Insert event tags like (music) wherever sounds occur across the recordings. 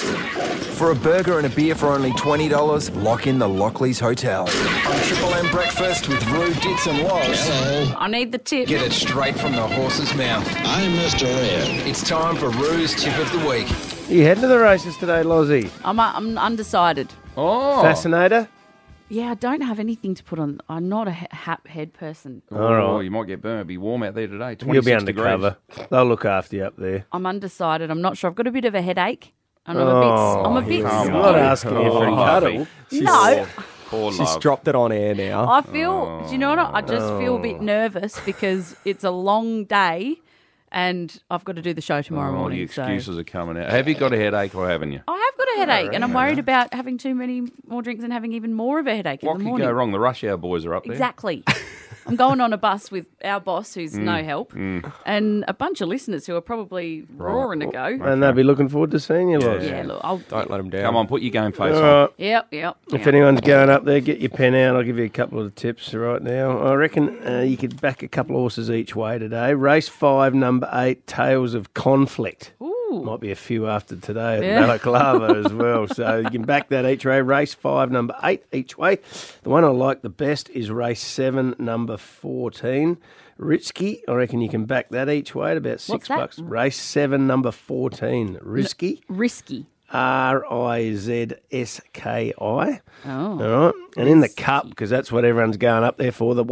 For a burger and a beer for only $20, lock in the Lockleys Hotel. On Triple M Breakfast with Rue, Dits and Woz, I need the tip. get it straight from the horse's mouth. I'm Mr. Ed. It's time for Rue's Tip of the Week. You heading to the races today, Lozzie? I'm, uh, I'm undecided. Oh, Fascinator? Yeah, I don't have anything to put on. I'm not a ha- head person. All right. Oh, you might get burned. It'll be warm out there today. You'll be 26 undercover. They'll look after you up there. I'm undecided. I'm not sure. I've got a bit of a headache. And I'm a bit. I'm a bit. I'm Oh, Come not on. asking you for a Oh, cuddle. No, degrees. Poor She's love. dropped it on air now. I Oh. feel. Do you know what? I just feel a bit nervous because it's a long day, and I've got to do the show tomorrow Oh, morning. the so- excuses are coming out. Have you got a headache or haven't you? I have got a headache, and I'm worried about having too many more drinks and having even more of a headache What in the could morning. go wrong? The rush hour boys are up there. Exactly. I'm going on a bus with our boss, who's no help, and a bunch of listeners who are probably roaring to go. And they'll be looking forward to seeing you, Loz. yeah, look, I'll. Don't let them down. Come on, put your game face All on. right. Yep, yep. If yep. anyone's going up there, get your pen out. I'll give you a couple of tips right now. I reckon uh, you could back a couple of horses each way today. Race five, number eight, Tales of Conflict. Ooh. Might be a few after today at Yeah. Balaclava (laughs) as well. So you can back that each way. Race five, number eight each way. The one I like the best is race seven, number 14. Risky, I reckon you can back that each way at about six that? bucks. Race seven, number 14. Risky. risky. R I Z S K I. Oh. All right. And in the cup, because that's what everyone's going up there for, the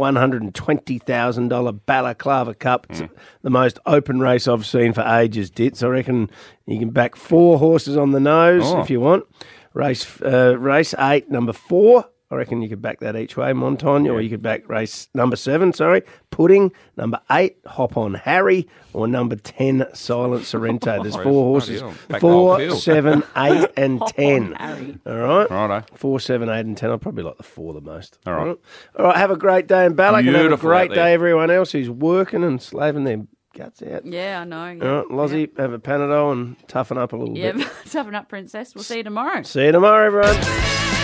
$120,000 Balaclava Cup. It's Mm. the most open race I've seen for ages, Dits. I reckon you can back four horses on the nose Oh. if you want. Race uh, race eight, number four. I reckon you could back that each way, Montagne, or you could back race number seven, sorry, Pudding, number eight, Hop on Harry, or number 10, Silent Sorrento. (laughs) There's four horses. Oh, hell. Back the whole Four, field. seven, eight, (laughs) and Hop on, ten. Harry. All right. Righto. Four, seven, eight, and ten. I probably like the four the most. All right. All right. Have a great day in Ballack, and have a Beautiful out great there. day everyone else who's working and slaving their guts out. Yeah, I know. Yeah. All right, Lozzie, have a Panadol and toughen up a little yeah. (laughs) bit. toughen up, princess. We'll see you tomorrow. See you tomorrow, everyone.